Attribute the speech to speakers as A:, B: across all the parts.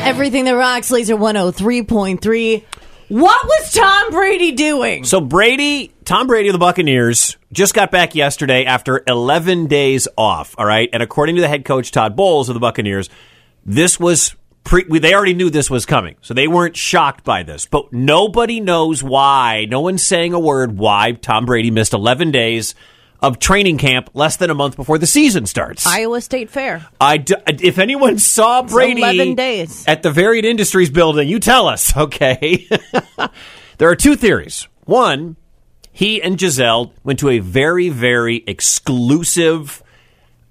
A: Everything that rocks, Laser 103.3. What was Tom Brady doing?
B: So Brady, Tom Brady of the Buccaneers, just got back yesterday after 11 days off. All right, and according to the head coach Todd Bowles of the Buccaneers, this was pre. we- They already knew this was coming, so they weren't shocked by this. But nobody knows why. No one's saying a word why Tom Brady missed 11 days of training camp less than a month before the season starts.
A: Iowa State Fair.
B: I d- if anyone saw Brady
A: 11 days.
B: at the Varied Industries building, you tell us, okay? there are two theories. One, he and Giselle went to a very, very exclusive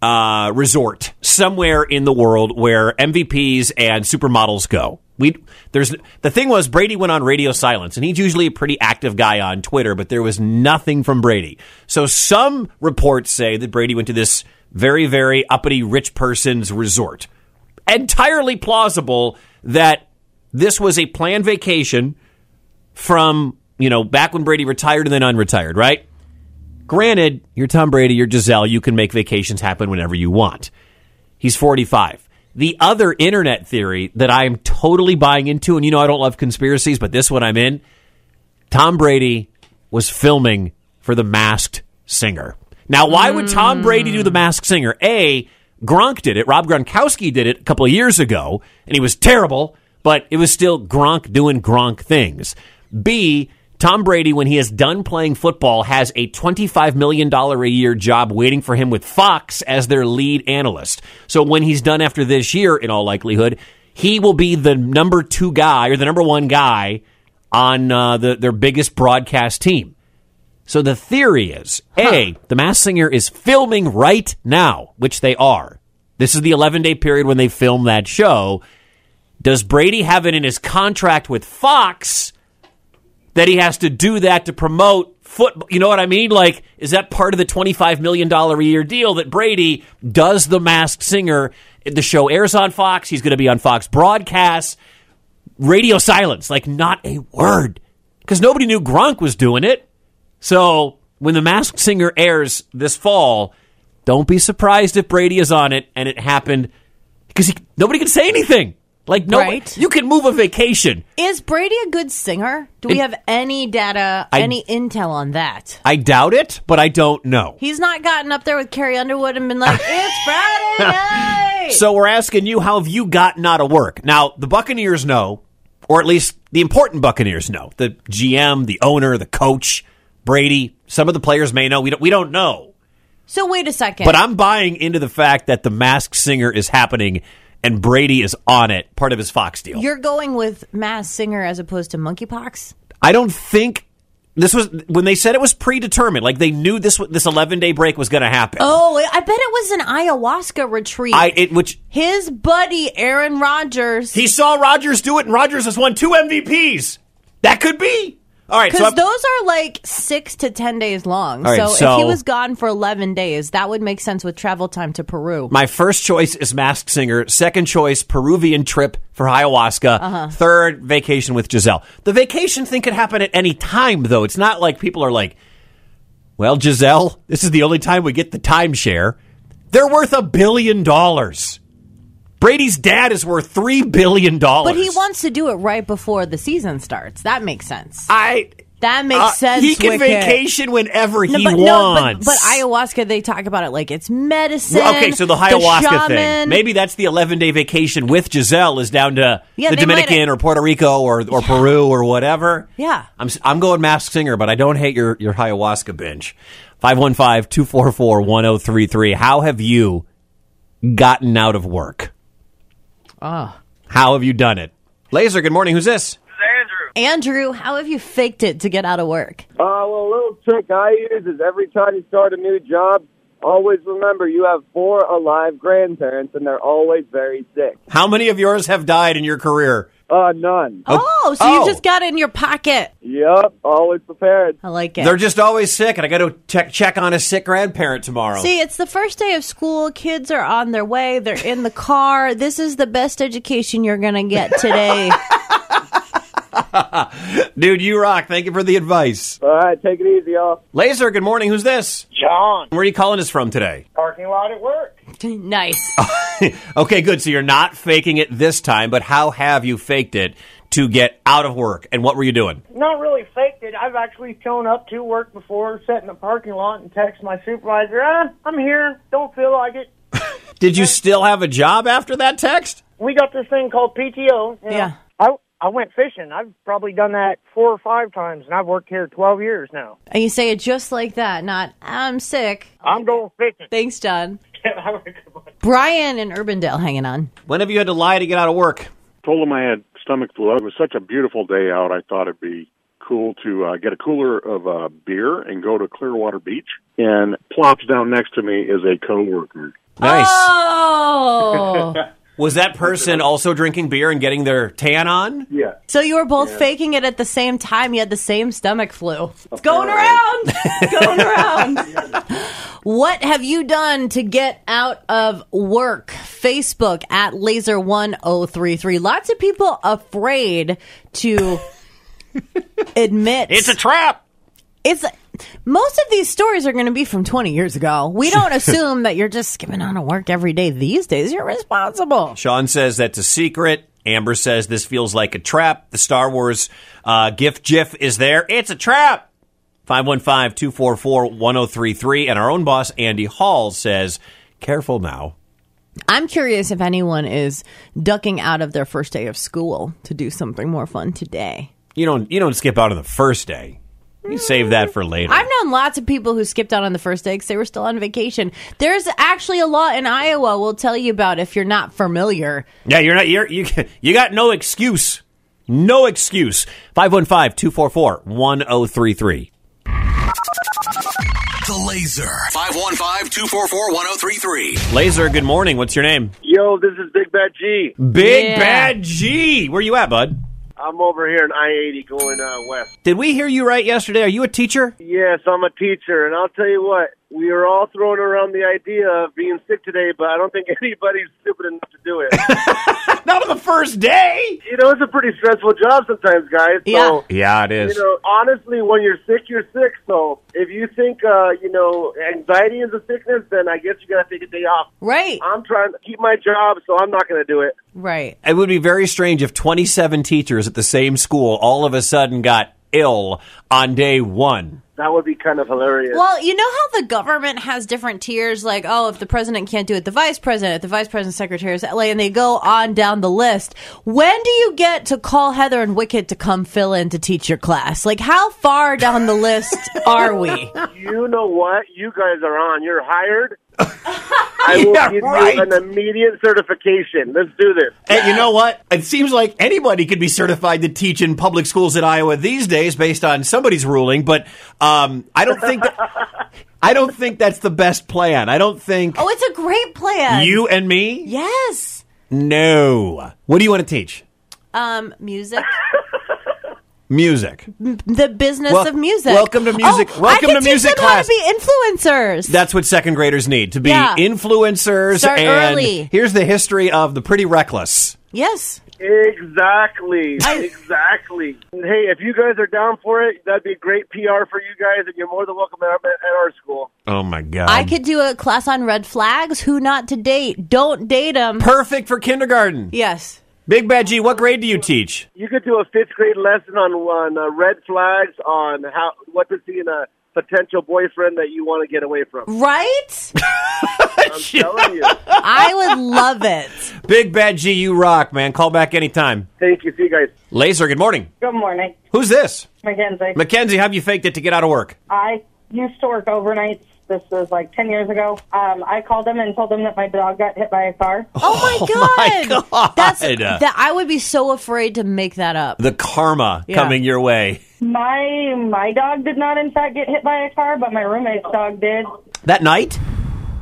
B: uh, resort somewhere in the world where MVPs and supermodels go. We there's the thing was Brady went on radio silence, and he's usually a pretty active guy on Twitter, but there was nothing from Brady. So some reports say that Brady went to this very, very uppity rich person's resort. Entirely plausible that this was a planned vacation from you know back when Brady retired and then unretired, right? Granted, you're Tom Brady, you're Giselle, you can make vacations happen whenever you want. He's 45. The other internet theory that I am totally buying into, and you know I don't love conspiracies, but this one I'm in. Tom Brady was filming for The Masked Singer. Now, why would Tom Brady do The Masked Singer? A, Gronk did it. Rob Gronkowski did it a couple of years ago, and he was terrible, but it was still Gronk doing Gronk things. B, Tom Brady, when he is done playing football, has a $25 million a year job waiting for him with Fox as their lead analyst. So when he's done after this year, in all likelihood, he will be the number two guy or the number one guy on uh, the, their biggest broadcast team. So the theory is A, the Mass Singer is filming right now, which they are. This is the 11 day period when they film that show. Does Brady have it in his contract with Fox that he has to do that to promote football? You know what I mean? Like, is that part of the $25 million a year deal that Brady does the Masked Singer? The show airs on Fox. He's going to be on Fox broadcasts radio silence, like not a word, because nobody knew Gronk was doing it. So when the Masked Singer airs this fall, don't be surprised if Brady is on it and it happened because nobody could say anything. Like no,
A: Right.
B: you can move a vacation.
A: Is Brady a good singer? Do we
B: It-
A: have any data,
B: I-
A: any intel on that?
B: I doubt it, but I don't know.
A: He's not gotten up there with Carrie Underwood and been like, it's Friday night.
B: So we're asking you, how have you gotten out of work? Now, the Buccaneers know, or at least the important Buccaneers know. The GM, the owner, the coach, Brady, some of the players may know. We don't, we don't know.
A: So wait a second.
B: But I'm buying into the fact that the Masked Singer is happening and Brady is on it, part of his Fox deal.
A: You're going with Mass Singer as opposed to Monkeypox?
B: I don't think this was when they said it was predetermined. Like they knew this this 11 day break was going to happen.
A: Oh, I bet it was an ayahuasca retreat.
B: I it which
A: His buddy Aaron Rodgers,
B: he saw Rodgers do it, and Rodgers has won two MVPs. That could be. All right, so
A: because
B: I'm-
A: those are like six to ten days long.
B: All right,
A: so, if
B: so-
A: he was gone for eleven days, that would make sense with travel time to Peru.
B: my first choice is Masked Singer. Second choice, Peruvian trip for ayahuasca.
A: Uh-huh.
B: Third, vacation with Giselle. The vacation thing could happen at any time, though. It's not like people are like, Well, Giselle, this is the only time we get the timeshare. They're worth a billion dollars. Brady's dad is worth three billion dollars.
A: but he wants to do it right before the season starts. That makes sense.
B: I
A: That makes
B: uh,
A: sense.
B: He can
A: Wicket.
B: vacation whenever
A: No,
B: he
A: but, no, but,
B: wants.
A: but ayahuasca, they talk about it like it's medicine.
B: okay, so the ayahuasca thing.
A: shaman.
B: Maybe that's the 11 day vacation with Giselle is down to
A: Yeah,
B: the
A: they might-
B: Dominican or Puerto Rico or, or Peru or whatever.
A: Yeah.
B: I'm, s- I'm going masked singer, but I don't hate your, your ayahuasca binge. 515 244 1033. How have you gotten out of work? How have you done it? Laser, good morning. Who's this?
C: Andrew.
A: Andrew, how have you faked it to get out of work?
C: Uh, well, a little trick I use is every time you start a new job, always remember you have four alive grandparents, and they're always very sick.
B: How many of yours have died in your career?
C: Uh, none.
A: Oh, so
B: oh.
A: you just got it in your pocket.
C: Yup, always prepared.
A: I like it.
B: They're just always sick, and I got to check check on a sick grandparent tomorrow.
A: See, it's the first day of school. Kids are on their way. They're in the car. This is the best education you're going to get today.
B: Dude, you rock. Thank you for the advice.
C: All right, take it easy, y'all.
B: Laser, good morning. Who's this?
D: John,
B: Where are you calling us from today?
D: parking lot at work.
A: nice.
B: Okay, good. So you're not faking it this time, but how have you faked it to get out of work? And what were you doing?
D: not really faked it. I've actually shown up to work before, sat in the parking lot, and text my supervisor, ah, "I'm here. Don't feel like it."
B: Did you still have a job after that text?
D: We got this thing called PTO. you know.
A: Yeah.
D: I I went fishing. I've probably done that four or five times, and I've worked here twelve years now.
A: And you say it just like that, not I'm sick.
D: I'm going fishing.
A: Thanks, John. Brian and Urbandale hanging on.
B: When have you had to lie to get out of work?
E: told him I had stomach flu. It was such a beautiful day out. I thought it'd be cool to uh, get a cooler of uh, beer and go to Clearwater Beach. And plops down next to me is a coworker.
B: Nice.
A: Oh.
B: Was that person also drinking beer and getting their tan on?
E: Yeah.
A: so you were both faking it at the same time. You had the same stomach flu. It's going around. It's going around. what have you done to get out of work? Facebook at laser1033. Lots of people afraid to admit
B: trap.
A: it's most of these stories are going to be from 20 years ago. We don't assume that you're just skipping out of work every day these days. You're responsible.
B: Sean says that's a secret. Amber says this feels like a trap. The Star Wars uh, gift GIF is there. It's a trap. 515 244 1033. And our own boss, Andy Hall, says, careful now.
A: I'm curious if anyone is ducking out of their first day of school to do something more fun today.
B: You don't, you don't skip out on the first day, you save that for later.
A: I've known lots of people who skipped out on the first day because they were still on vacation. There's actually a law in Iowa we'll tell you about if you're not familiar.
B: Yeah, you're not. You're, you you got no excuse. No excuse. 515-244-1033.
F: The Laser. 515-244-1033.
B: Laser, good morning. What's your name?
C: Yo, this is Big Bad G.
B: Big
A: Yeah.
B: Bad G. Where you at, bud?
C: I'm over here in I 80 going uh, west.
B: Did we hear you right yesterday? Are you a teacher?
C: Yes, I'm a teacher, and I'll tell you what, we are all throwing around the idea of being sick today, but I don't think anybody's stupid enough to do it.
B: Not on the first day.
C: you know, it's a pretty stressful job sometimes, guys.
A: Yeah.
C: So,
B: Yeah, it is.
C: you know, honestly, when you're sick, you're sick. So if you think, uh, you know, anxiety is a sickness, then I guess you got to take a day off.
A: Right.
C: I'm trying to keep my job, so I'm not going to do it.
A: Right.
B: It would be very strange if 27 teachers at the same school all of a sudden got ill on day one.
C: That would be kind of hilarious.
A: Well, you know how the government has different tiers, like oh, if the president can't do it, the vice president, the vice president's secretary, like, and they go on down the list. When do you get to call Heather and Wicket to come fill in to teach your class? Like, how far down the list are we?
C: You know what? You guys are on. You're hired. I will
B: Yeah,
C: give
B: right.
C: you an immediate certification. Let's do this.
B: And you know what? It seems like anybody could be certified to teach in public schools in Iowa these days, based on somebody's ruling. But um, I don't think that, I don't think that's the best plan. I don't think
A: Oh, it's a great plan.
B: you and me.
A: yes,
B: No. What do you want to teach?
A: um, music,
B: Music.
A: the business
B: Wel-
A: of music.
B: welcome to music-
A: Oh, I
B: welcome to
A: can teach
B: music
A: them how
B: class.
A: to be influencers.
B: That's what second graders need to be
A: Yeah.
B: influencers.
A: Start
B: and
A: early.
B: here's the history of the Pretty Reckless.
A: yes.
C: Exactly. Exactly. And Hey, if you guys are down for it, that'd be great PR for you guys, and you're more than welcome at our, at our school.
B: Oh my god!
A: I could do a class on red flags, who not to date, don't date them.
B: perfect for kindergarten.
A: yes.
B: Big Bad G, what grade do you teach?
C: You could do a fifth grade lesson on on uh, red flags, on how what to see in a potential boyfriend that you want to get away from.
A: Right?
C: I'm telling you.
A: I would love it.
B: Big Bad G, you rock, man. Call back anytime.
C: Thank you. See you guys.
B: Laser, good morning.
G: Good morning,
B: Who's this?
G: Mackenzie.
B: Mackenzie, how have you faked it to get out of work?
G: I used to work overnights. This was like 10 years ago. Um, I called them and told them that my dog got hit by a car.
A: Oh my
B: my
A: god!
B: God.
A: That's that. I would be so afraid to make that up.
B: The karma
A: Yeah.
B: coming your way.
G: My my dog did not, in fact, get hit by a car, but my roommate's dog did.
B: That night?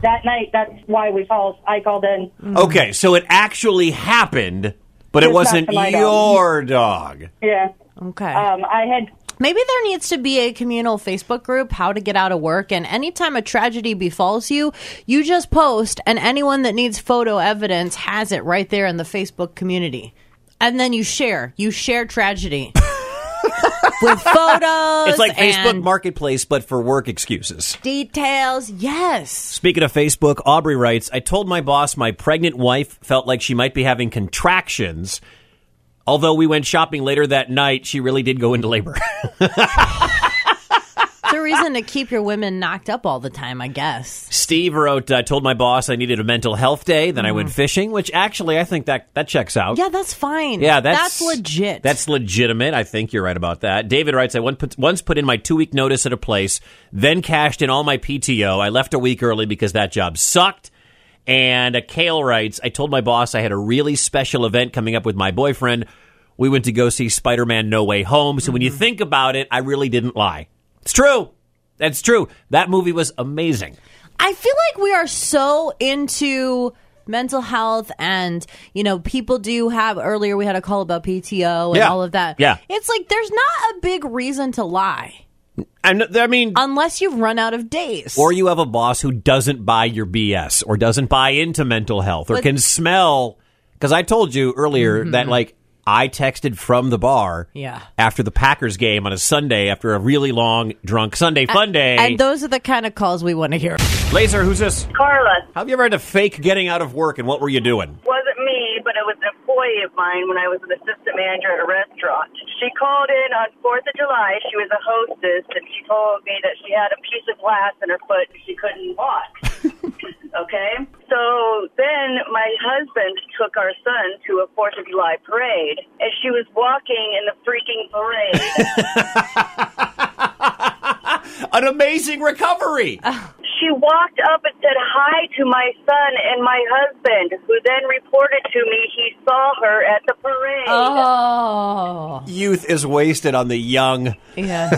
G: That night, that's why we called. I called in.
A: Mm-hmm.
B: Okay, so it actually happened, but it
G: It's
B: wasn't
G: not my dog.
B: your dog.
G: Yeah.
A: Okay.
G: Um, I had
A: Maybe there needs to be a communal Facebook group, how to get out of work. And anytime a tragedy befalls you, you just post, and anyone that needs photo evidence has it right there in the Facebook community. And then you share. You share tragedy. with photos.
B: It's like Facebook
A: and
B: Marketplace, but for work excuses.
A: details. Yes.
B: Speaking of Facebook, Aubrey writes I told my boss my pregnant wife felt like she might be having contractions. Although we went shopping later that night, she really did go into labor.
A: It's a reason to keep your women knocked up all the time, I guess.
B: Steve wrote, I told my boss I needed a mental health day, then I went fishing, which actually I think that, that checks out.
A: Yeah, that's fine.
B: Yeah, that's,
A: legit.
B: That's legitimate. I think you're right about that. David writes, I once put, once put in my two week notice at a place, then cashed in all my PTO. I left a week early because that job sucked. And uh, Kale writes, I told my boss I had a really special event coming up with my boyfriend. We went to go see Spider Man No Way Home. So when you think about it, I really didn't lie. It's true. That's true. That movie was amazing.
A: I feel like we are so into mental health and you know people do have earlier we had a call about PTO and
B: Yeah.
A: all of that.
B: Yeah.
A: It's like there's not a big reason to lie
B: I, kn- I mean,
A: unless you've run out of days.
B: or you have a boss who doesn't buy your BS or doesn't buy into mental health or can smell. Because I told you earlier that, like, I texted from the bar
A: Mm-hmm. Yeah.
B: after the Packers game on a Sunday after a really long drunk Sunday fun day.
A: and those are the kind of calls we want to hear.
B: Laser, who's this?
F: Carla
B: Have you ever had to fake getting out of work and what were you doing?
F: wasn't me, but it was an employee of mine when I was an assistant manager at a restaurant. She called in on 4th of July. She was a hostess, and she told me that she had a piece of glass in her foot and she couldn't walk. okay? So then my husband took our son to a 4th of July parade, and she was walking in the freaking parade.
B: An amazing recovery.
A: Uh.
F: she walked up and said hi to my son and my husband, who then reported to me he saw her at the parade.
A: Oh.
B: Youth is wasted on the young.
A: Yeah.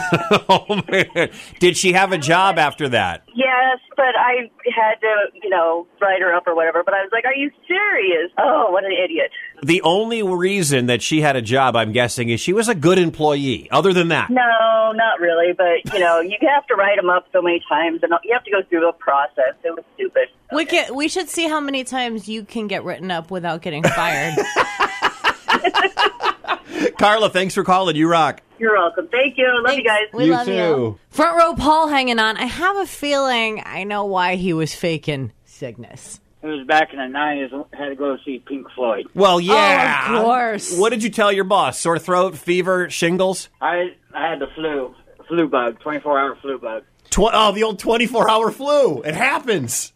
B: oh, man. Did she have a job after that?
F: Yes, but I had to, you know, write her up or whatever. But I was like, "Are you serious? Oh, what an idiot!"
B: The only reason that she had a job, I'm guessing, is she was a good employee. Other than that,
F: No, not really. But you know, you have to write them up so many times, and you have to go through a process. It was stupid.
A: we can, we should see how many times you can get written up without getting fired.
B: Carla, thanks for calling. You rock.
F: You're welcome. Thank you. Love you guys.
A: Thanks. We
B: You
A: love
B: too.
A: you. Front row Paul hanging on. I have a feeling I know why he was faking sickness.
H: It was back in the nineties. Had to go see Pink Floyd.
B: Well, yeah,
A: Oh, of course.
B: What did you tell your boss? Sore throat, fever, shingles.
H: I I had the flu, flu bug, twenty four hour flu bug.
B: Tw- oh, the old twenty-four hour flu. It happens.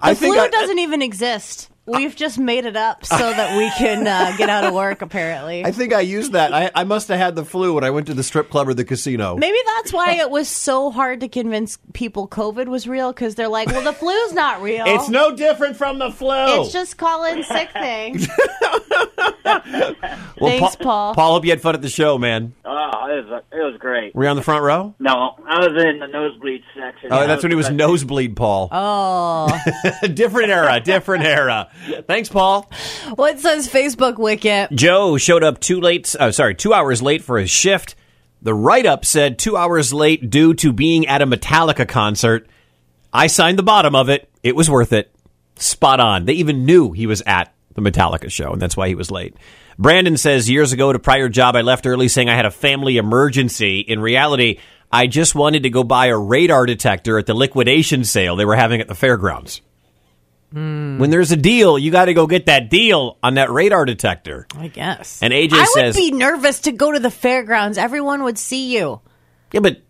B: I
A: Flu doesn't even exist. We've just made it up so that we can uh, get out of work, apparently.
B: I think I used that. I, I must have had the flu when I went to the strip club or the casino.
A: Maybe that's why it was so hard to convince people COVID was real because they're like, well, the flu's not real.
B: It's no different from the flu.
A: It's just call in sick thing.
B: Well,
A: Thanks, Paul.
B: Paul, hope you had fun at the show, man.
H: Oh, it was it was great.
B: Were you on the front row?
H: No, I was in the nosebleed section.
B: Oh, that's when he was
H: But-
B: nosebleed, Paul.
A: Oh.
B: different era, different era. Thanks, Paul.
A: what says Facebook Wicket?
B: Joe showed up too late. Uh, sorry, two hours late for his shift. The write-up said two hours late due to being at a Metallica concert. I signed the bottom of it. It was worth it. Spot on. They even knew he was at the Metallica show, and that's why he was late. Brandon says years ago at a prior job, I left early saying I had a family emergency. In reality, I just wanted to go buy a radar detector at the liquidation sale they were having at the fairgrounds. When there's a deal, you got to go get that deal on that radar detector.
A: I guess.
B: And AJ
A: I
B: says-
A: would be nervous to go to the fairgrounds. Everyone would see you.
B: Yeah, but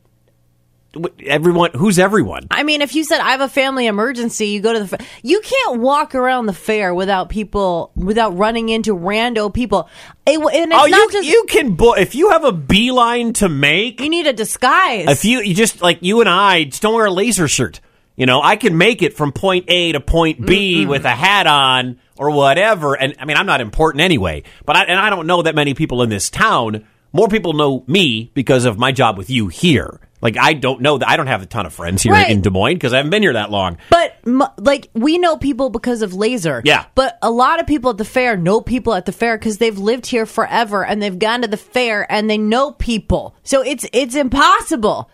B: what- everyone, who's everyone?
A: I mean, if you said I have a family emergency, you go to the fa- you can't walk around the fair without people without running into rando people. It, w- and it's
B: Oh,
A: not
B: you
A: just
B: you can bo- if you have a beeline to make.
A: you need a disguise.
B: If you you just like you and I just don't wear a laser shirt. You know, I can make it from point A to point B with a hat on or whatever. And I mean, I'm not important anyway. But I, and I don't know that many people in this town. More people know me because of my job with you here. Like I don't know that I don't have a ton of friends here
A: Right.
B: in Des Moines because I haven't been here that long.
A: but m- like we know people because of laser.
B: Yeah.
A: But a lot of people at the fair know people at the fair because they've lived here forever and they've gone to the fair and they know people. So it's it's impossible.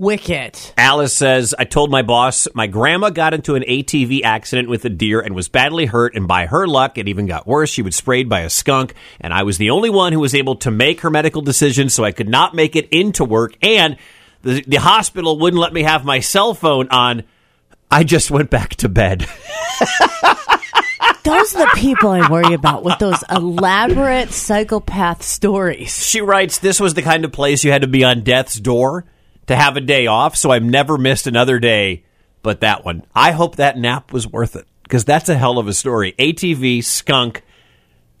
A: Wicket.
B: Alice says, I told my boss my grandma got into an ATV accident with a deer and was badly hurt, and by her luck, it even got worse. She was sprayed by a skunk, and I was the only one who was able to make her medical decision, so I could not make it into work, and the, the hospital wouldn't let me have my cell phone on. I just went back to bed.
A: Those are the people I worry about with those elaborate psychopath stories.
B: She writes, This was the kind of place you had to be on death's door to have a day off, so I've never missed another day but that one. I hope that nap was worth it because that's a hell of a story. ATV, skunk,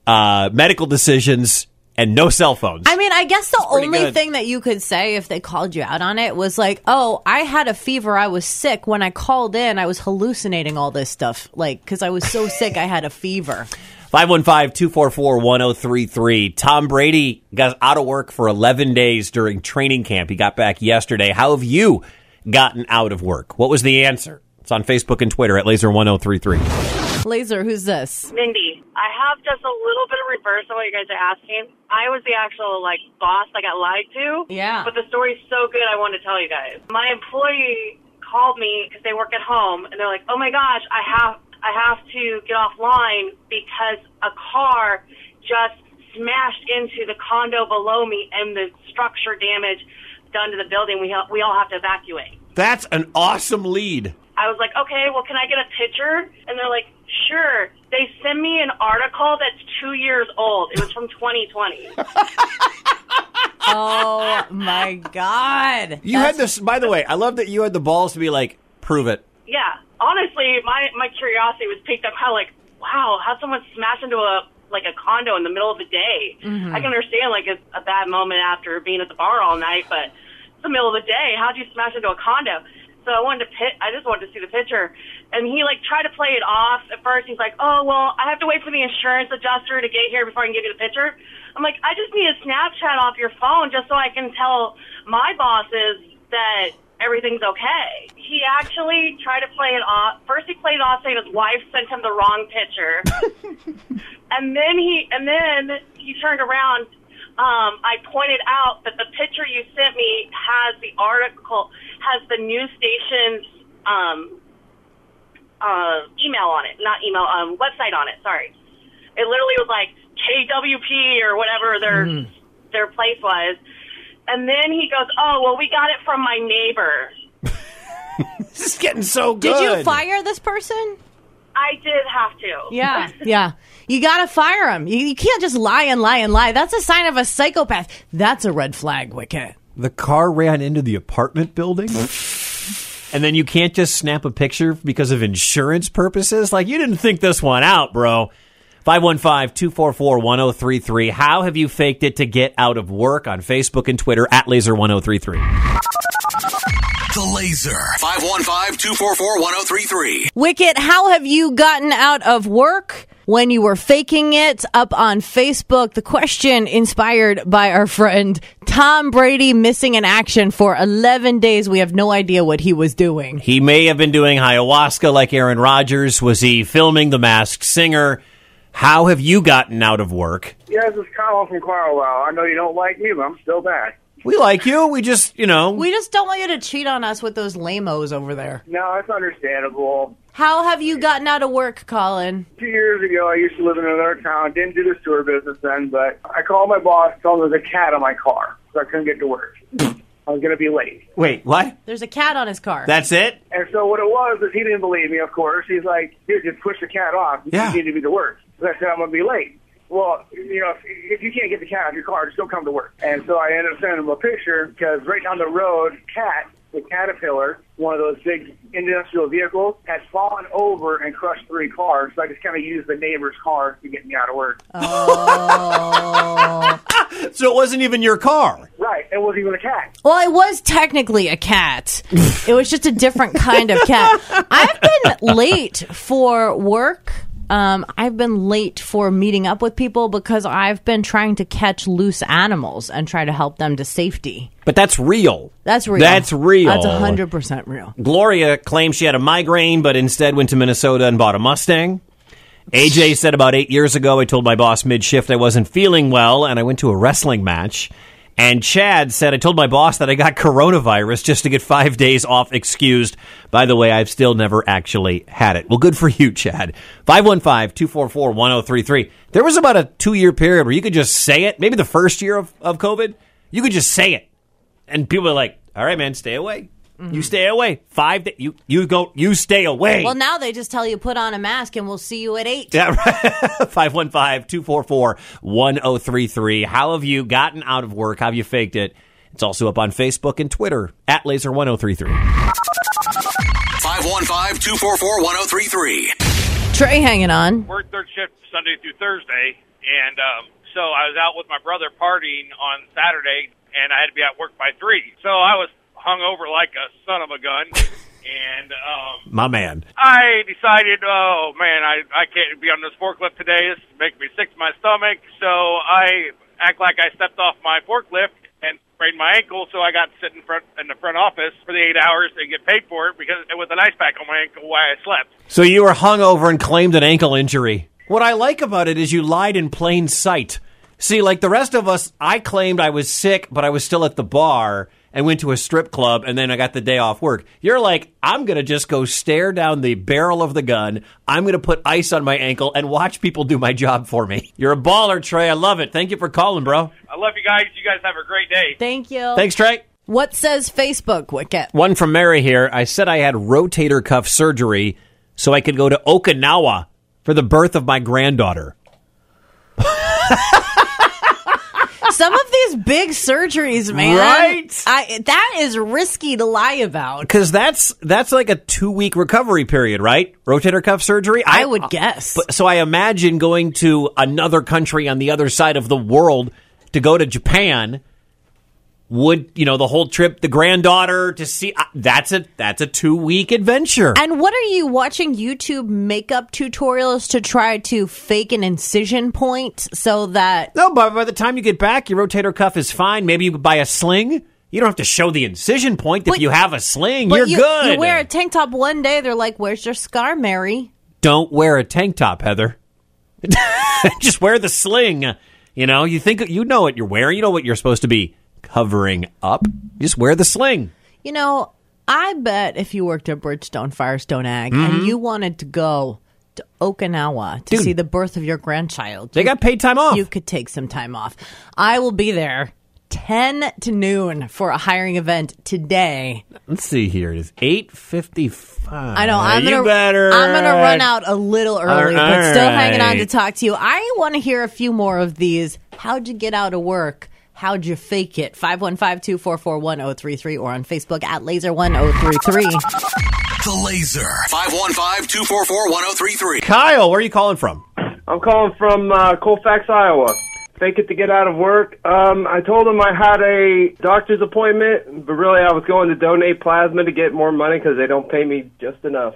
B: uh, medical decisions, and no cell phones.
A: I mean, I guess the
B: pretty
A: only
B: good.
A: thing that you could say if they called you out on it was like, "Oh, I had a fever. I was sick. When I called in, I was hallucinating all this stuff, like because I was so sick, I had a fever."
B: 515 244 1033. Tom Brady got out of work for 11 days during training camp. He got back yesterday. How have you gotten out of work? What was the answer? It's on Facebook and Twitter at laser1033.
A: Laser, who's this?
F: Mindy, I have just a little bit of reverse of what you guys are asking. I was the actual like boss I got lied to.
A: Yeah.
F: But the story's so good, I want to tell you guys. My employee called me because they work at home, and they're like, "Oh my gosh, I have I have to get offline because a car just smashed into the condo below me, and the structure damage done to the building. We ha- we all have to evacuate."
B: That's an awesome lead.
F: I was like, okay, well, can I get a picture? And they're like, sure. They send me an article that's two years old. It was from 2020.
A: Oh my god!
B: You had this, by the way, I love that you had the balls to be like, prove it.
F: yeah. Honestly, my, my curiosity was piqued up how, like, wow, how someone smash into a, like a condo in the middle of the day. I can understand, like, it's a bad moment after being at the bar all night, but it's the middle of the day. How'd you smash into a condo? So I wanted to pit, I just wanted to see the picture. And he, like, tried to play it off at first. He's like, oh, well, I have to wait for the insurance adjuster to get here before I can give you the picture. I'm like, I just need a Snapchat off your phone just so I can tell my bosses that everything's okay. He actually tried to play it off. First, he played it off saying his wife sent him the wrong picture. and then he, and then he turned around. Um, I pointed out that the picture you sent me has the article, has the news station's um, uh, email on it, not email, um, website on it. Sorry, it literally was like KWP or whatever their their place was. And then he goes, "Oh well, we got it from my neighbor."
B: This is getting so good.
A: Did you fire this person?
F: I did have to.
A: Yeah, yeah. You gotta fire him. You, you can't just lie and lie and lie. That's a sign of a psychopath. That's a red flag, Wicket.
B: The car ran into the apartment building? and then you can't just snap a picture because of insurance purposes? Like, you didn't think this one out, bro. 515 244 1033. How have you faked it to get out of work on Facebook and Twitter at laser1033?
I: The Laser. 515-244-1033.
A: Wicket, how have you gotten out of work when you were faking it up on Facebook? The question inspired by our friend Tom Brady missing in action for 11 days. We have no idea what he was doing.
B: He may have been doing ayahuasca like Aaron Rodgers. Was he filming The Masked Singer? How have you gotten out of work?
D: Yes, it's Kyle from Carlisle. I know you don't like me, but I'm still back.
B: We like you. We just, you know,
A: We just don't want you to cheat on us with those lamos over there.
D: No, it's understandable.
A: How have you gotten out of work, Colin?
D: two years ago, I used to live in another town. Didn't do the store business then, but I called my boss, told him there's a cat on my car, so I couldn't get to work. I was going to be late.
B: wait, what?
A: There's a cat on his car.
B: That's it?
D: And so what it was is he didn't believe me, of course. He's like, dude, just push the cat off. You
B: Yeah.
D: need to be to work. So I said, I'm going to be late. Well, you know, if, if you can't get the cat out of your car, just don't come to work. And so I ended up sending him a picture because right down the road, cat, the caterpillar, one of those big industrial vehicles, had fallen over and crushed three cars. So I just kind of used the neighbor's car to get me out of work.
B: So it wasn't even your car.
D: Right. It wasn't even a cat.
A: Well, it was technically a cat. it was just a different kind of cat. I've been late for work. Um, I've been late for meeting up with people because I've been trying to catch loose animals and try to help them to safety.
B: But that's real.
A: That's real.
B: That's real.
A: That's 100% real.
B: Gloria claimed she had a migraine, but instead went to Minnesota and bought a Mustang. AJ said about eight years ago, I told my boss mid shift I wasn't feeling well, and I went to a wrestling match. And Chad said, I told my boss that I got coronavirus just to get five days off excused. By the way, I've still never actually had it. Well, good for you, Chad. 515 244 1033. There was about a two year period where you could just say it. Maybe the first year of, of COVID, you could just say it. And people are like, all right, man, stay away. You stay away. Five days. You, you go, you stay away.
A: Well, now they just tell you put on a mask and we'll see you at eight.
B: Yeah, right. 515-244-1033. How have you gotten out of work? How have you faked it? It's also up on Facebook and Twitter at laser1033.
I: 515 244 1033.
A: Trey hanging on.
J: worked third shift Sunday through Thursday, and um, so I was out with my brother partying on Saturday, and I had to be at work by three. So I was hung over like a son of a gun, and um,
B: My man.
J: I decided, oh man, I I can't be on this forklift today. This is making me sick to my stomach. So I act like I stepped off my forklift and sprained my ankle. So I got to sit in front in the front office for the eight hours and get paid for it because it was an ice pack on my ankle while I slept.
B: So you were hungover and claimed an ankle injury. What I like about it is you lied in plain sight. See, like the rest of us, I claimed I was sick, but I was still at the bar and went to a strip club and then I got the day off work. You're like, I'm going to just go stare down the barrel of the gun. I'm going to put ice on my ankle and watch people do my job for me. You're a baller, Trey. I love it. Thank you for calling, bro.
J: I love you guys. You guys have a great day.
A: Thank you.
B: Thanks, Trey.
A: What says Facebook, Wicket?
B: One from Mary here. I said I had rotator cuff surgery so I could go to Okinawa for the birth of my granddaughter.
A: Some of these big surgeries, man.
B: Right?
A: I, that is risky to lie about.
B: Because that's that's like a two week recovery period, right? Rotator cuff surgery.
A: I would guess.
B: Oh, uh, But, so I imagine going to another country on the other side of the world to go to Japan would you know the whole trip, the granddaughter to see. Uh, that's a that's a two week adventure.
A: and what are you watching YouTube makeup tutorials to try to fake an incision point so that
B: no, but by the time you get back, your rotator cuff is fine. Maybe you could buy a sling. You don't have to show the incision point. if
A: But-
B: you have a sling,
A: But
B: you're
A: you,
B: good.
A: You wear a tank top one day, they're like, "Where's your scar, Mary?"
B: don't wear a tank top, Heather. Just wear the sling. You know, you think you know what you're wearing. You know what you're supposed to be covering up. Just wear the sling.
A: You know, I bet if you worked at Bridgestone Firestone Ag and you wanted to go to Okinawa to
B: Mm-hmm. Dude.
A: see the birth of your grandchild,
B: They got paid time off.
A: you could take some time off. I will be there 10 to noon for a hiring event today.
B: Let's see here. It is eight fifty five.
A: I know I'm
B: you
A: gonna
B: better.
A: I'm gonna run out a little early,
B: All
A: but still hanging on to
B: right.
A: talk to you. I want to hear a few more of these. How'd you get out of work? How'd you fake it? 515-244-1033 or on Facebook at laser1033.
I: The Laser. 515 244 1033.
B: Kyle, where are you calling from?
D: I'm calling from uh, Colfax, Iowa. Fake it to get out of work. Um, I told him I had a doctor's appointment, but really I was going to donate plasma to get more money because they don't pay me just enough.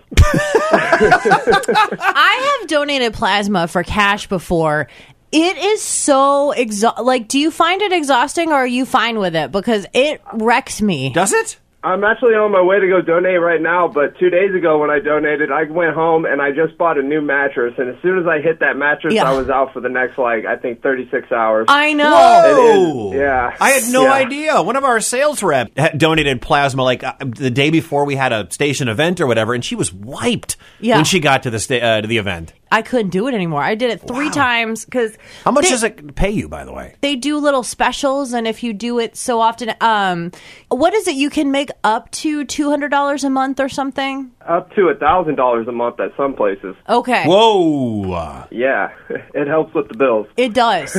A: I have donated plasma for cash before. It is so exha Like, do you find it exhausting or are you fine with it? Because it wrecks me.
B: Does it?
D: I'm actually on my way to go donate right now, but two days ago when I donated, I went home and I just bought a new mattress. And as soon as I hit that mattress,
A: Yeah.
D: I was out for the next, like, I think 36 hours.
A: I know.
D: It is, yeah.
B: I had no
D: Yeah.
B: idea. One of our sales rep had donated plasma like uh, the day before we had a station event or whatever, and she was wiped
A: Yeah.
B: when she got to the sta- uh, to the event.
A: I couldn't do it anymore. I did it three times because
B: How much
A: they,
B: does it pay you, by the way?
A: They do little specials, and if you do it so often, um, what is it? You can make up to two hundred dollars a month or something.
D: Up to a $1,000 a month at some places.
A: Okay,
B: Whoa!
D: Yeah. it helps with the bills.
A: it does.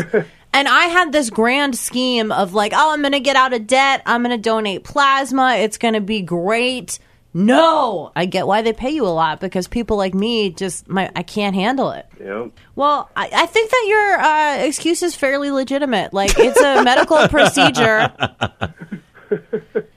A: and I had this grand scheme of like, oh, I'm going to get out of debt. I'm going to donate plasma. It's going to be great. No, I get why they pay you a lot because people like me just my I can't handle it.
D: Yeah.
A: Well, I, I think that your uh, excuse is fairly legitimate. Like it's a medical procedure.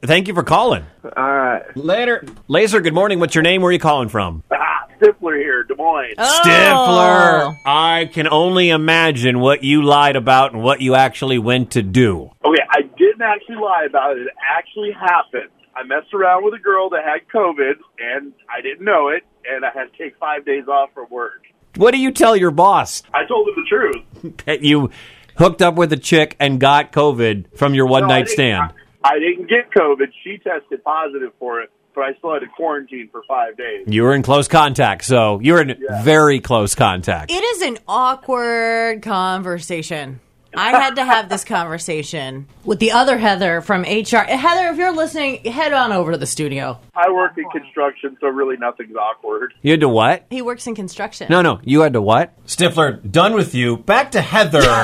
B: Thank you for calling. All right. Later. Laser, good morning. What's your name? Where are you calling from?
K: Ah, Stifler here, Des Moines.
A: Oh.
B: Stifler. I can only imagine what you lied about and what you actually went to do.
K: Okay, I didn't actually lie about it. It actually happened. I messed around with a girl that had COVID, and I didn't know it, and I had to take five days off from work.
B: What do you tell your boss?
K: I told him the truth.
B: That you hooked up with a chick and got COVID from your one
K: No, I
B: night
K: didn't-
B: stand.
K: I didn't get COVID. She tested positive for it, but I still had to quarantine for five days.
B: You were in close contact, so you're in very close contact.
A: It is an awkward conversation. I had to have this conversation with the other Heather from HR. Heather, if you're listening, head on over to the studio.
K: I work in construction, so really nothing's awkward.
B: You had to what?
A: He works in construction.
B: No, no, you had to what? Stifler, done with you. Back to Heather.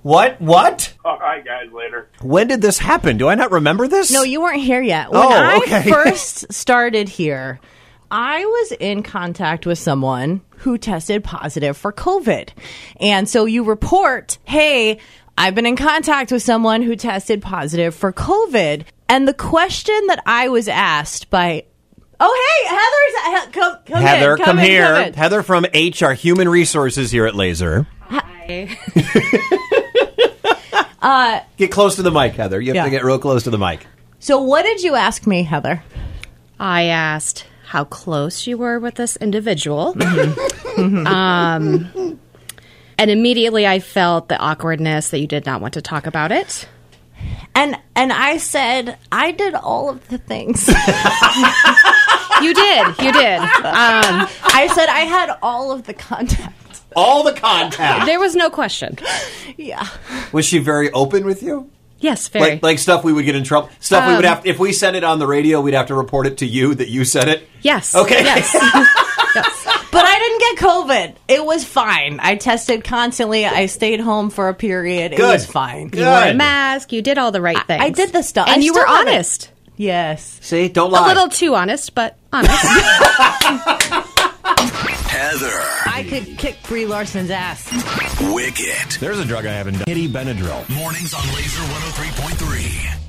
B: what? What?
K: All right, guys, later.
B: When did this happen? Do I not remember this?
A: No, you weren't here yet. When
B: Oh,
A: I
B: okay.
A: first started here, I was in contact with someone who tested positive for COVID. And so you report, hey, I've been in contact with someone who tested positive for COVID. And the question that I was asked by, oh, hey, Heather's, he- come, come in,
B: Heather, come,
A: in,
B: here.
A: come in.
B: Heather from HR Human Resources here at Laser.
A: Hi. uh,
B: Get close to the mic, Heather. You have to get real close to the mic.
A: so what did you ask me, Heather?
L: I asked how close you were with this individual.
B: Mm-hmm.
L: um, and immediately I felt the awkwardness that you did not want to talk about it.
A: And and I said I did all of the things.
L: you did. You did. Um,
A: I said I had all of the contact.
B: All the contact.
L: There was no question.
A: Yeah.
B: Was she very open with you?
L: Yes, very.
B: Like, like stuff we would get in trouble. Stuff we would
L: Um,
B: have if we said it on the radio, we'd have to report it to you that you said it.
L: yes.
B: Okay.
L: Yes.
A: But I didn't get COVID. It was fine. I tested constantly. I stayed home for a period. It
L: Good.
A: was fine.
L: You wore a mask. You did all the right things.
A: I did the stuff.
L: And
A: I
L: you
A: still
L: were
A: have it.
L: honest.
A: Yes.
B: See, don't
L: A little too honest, but honest.
I: Heather.
A: I could kick Brie Larson's ass.
I: Wicket.
B: There's a drug I haven't done. Hitty Benadryl.
I: oh Mornings on Laser 103.3.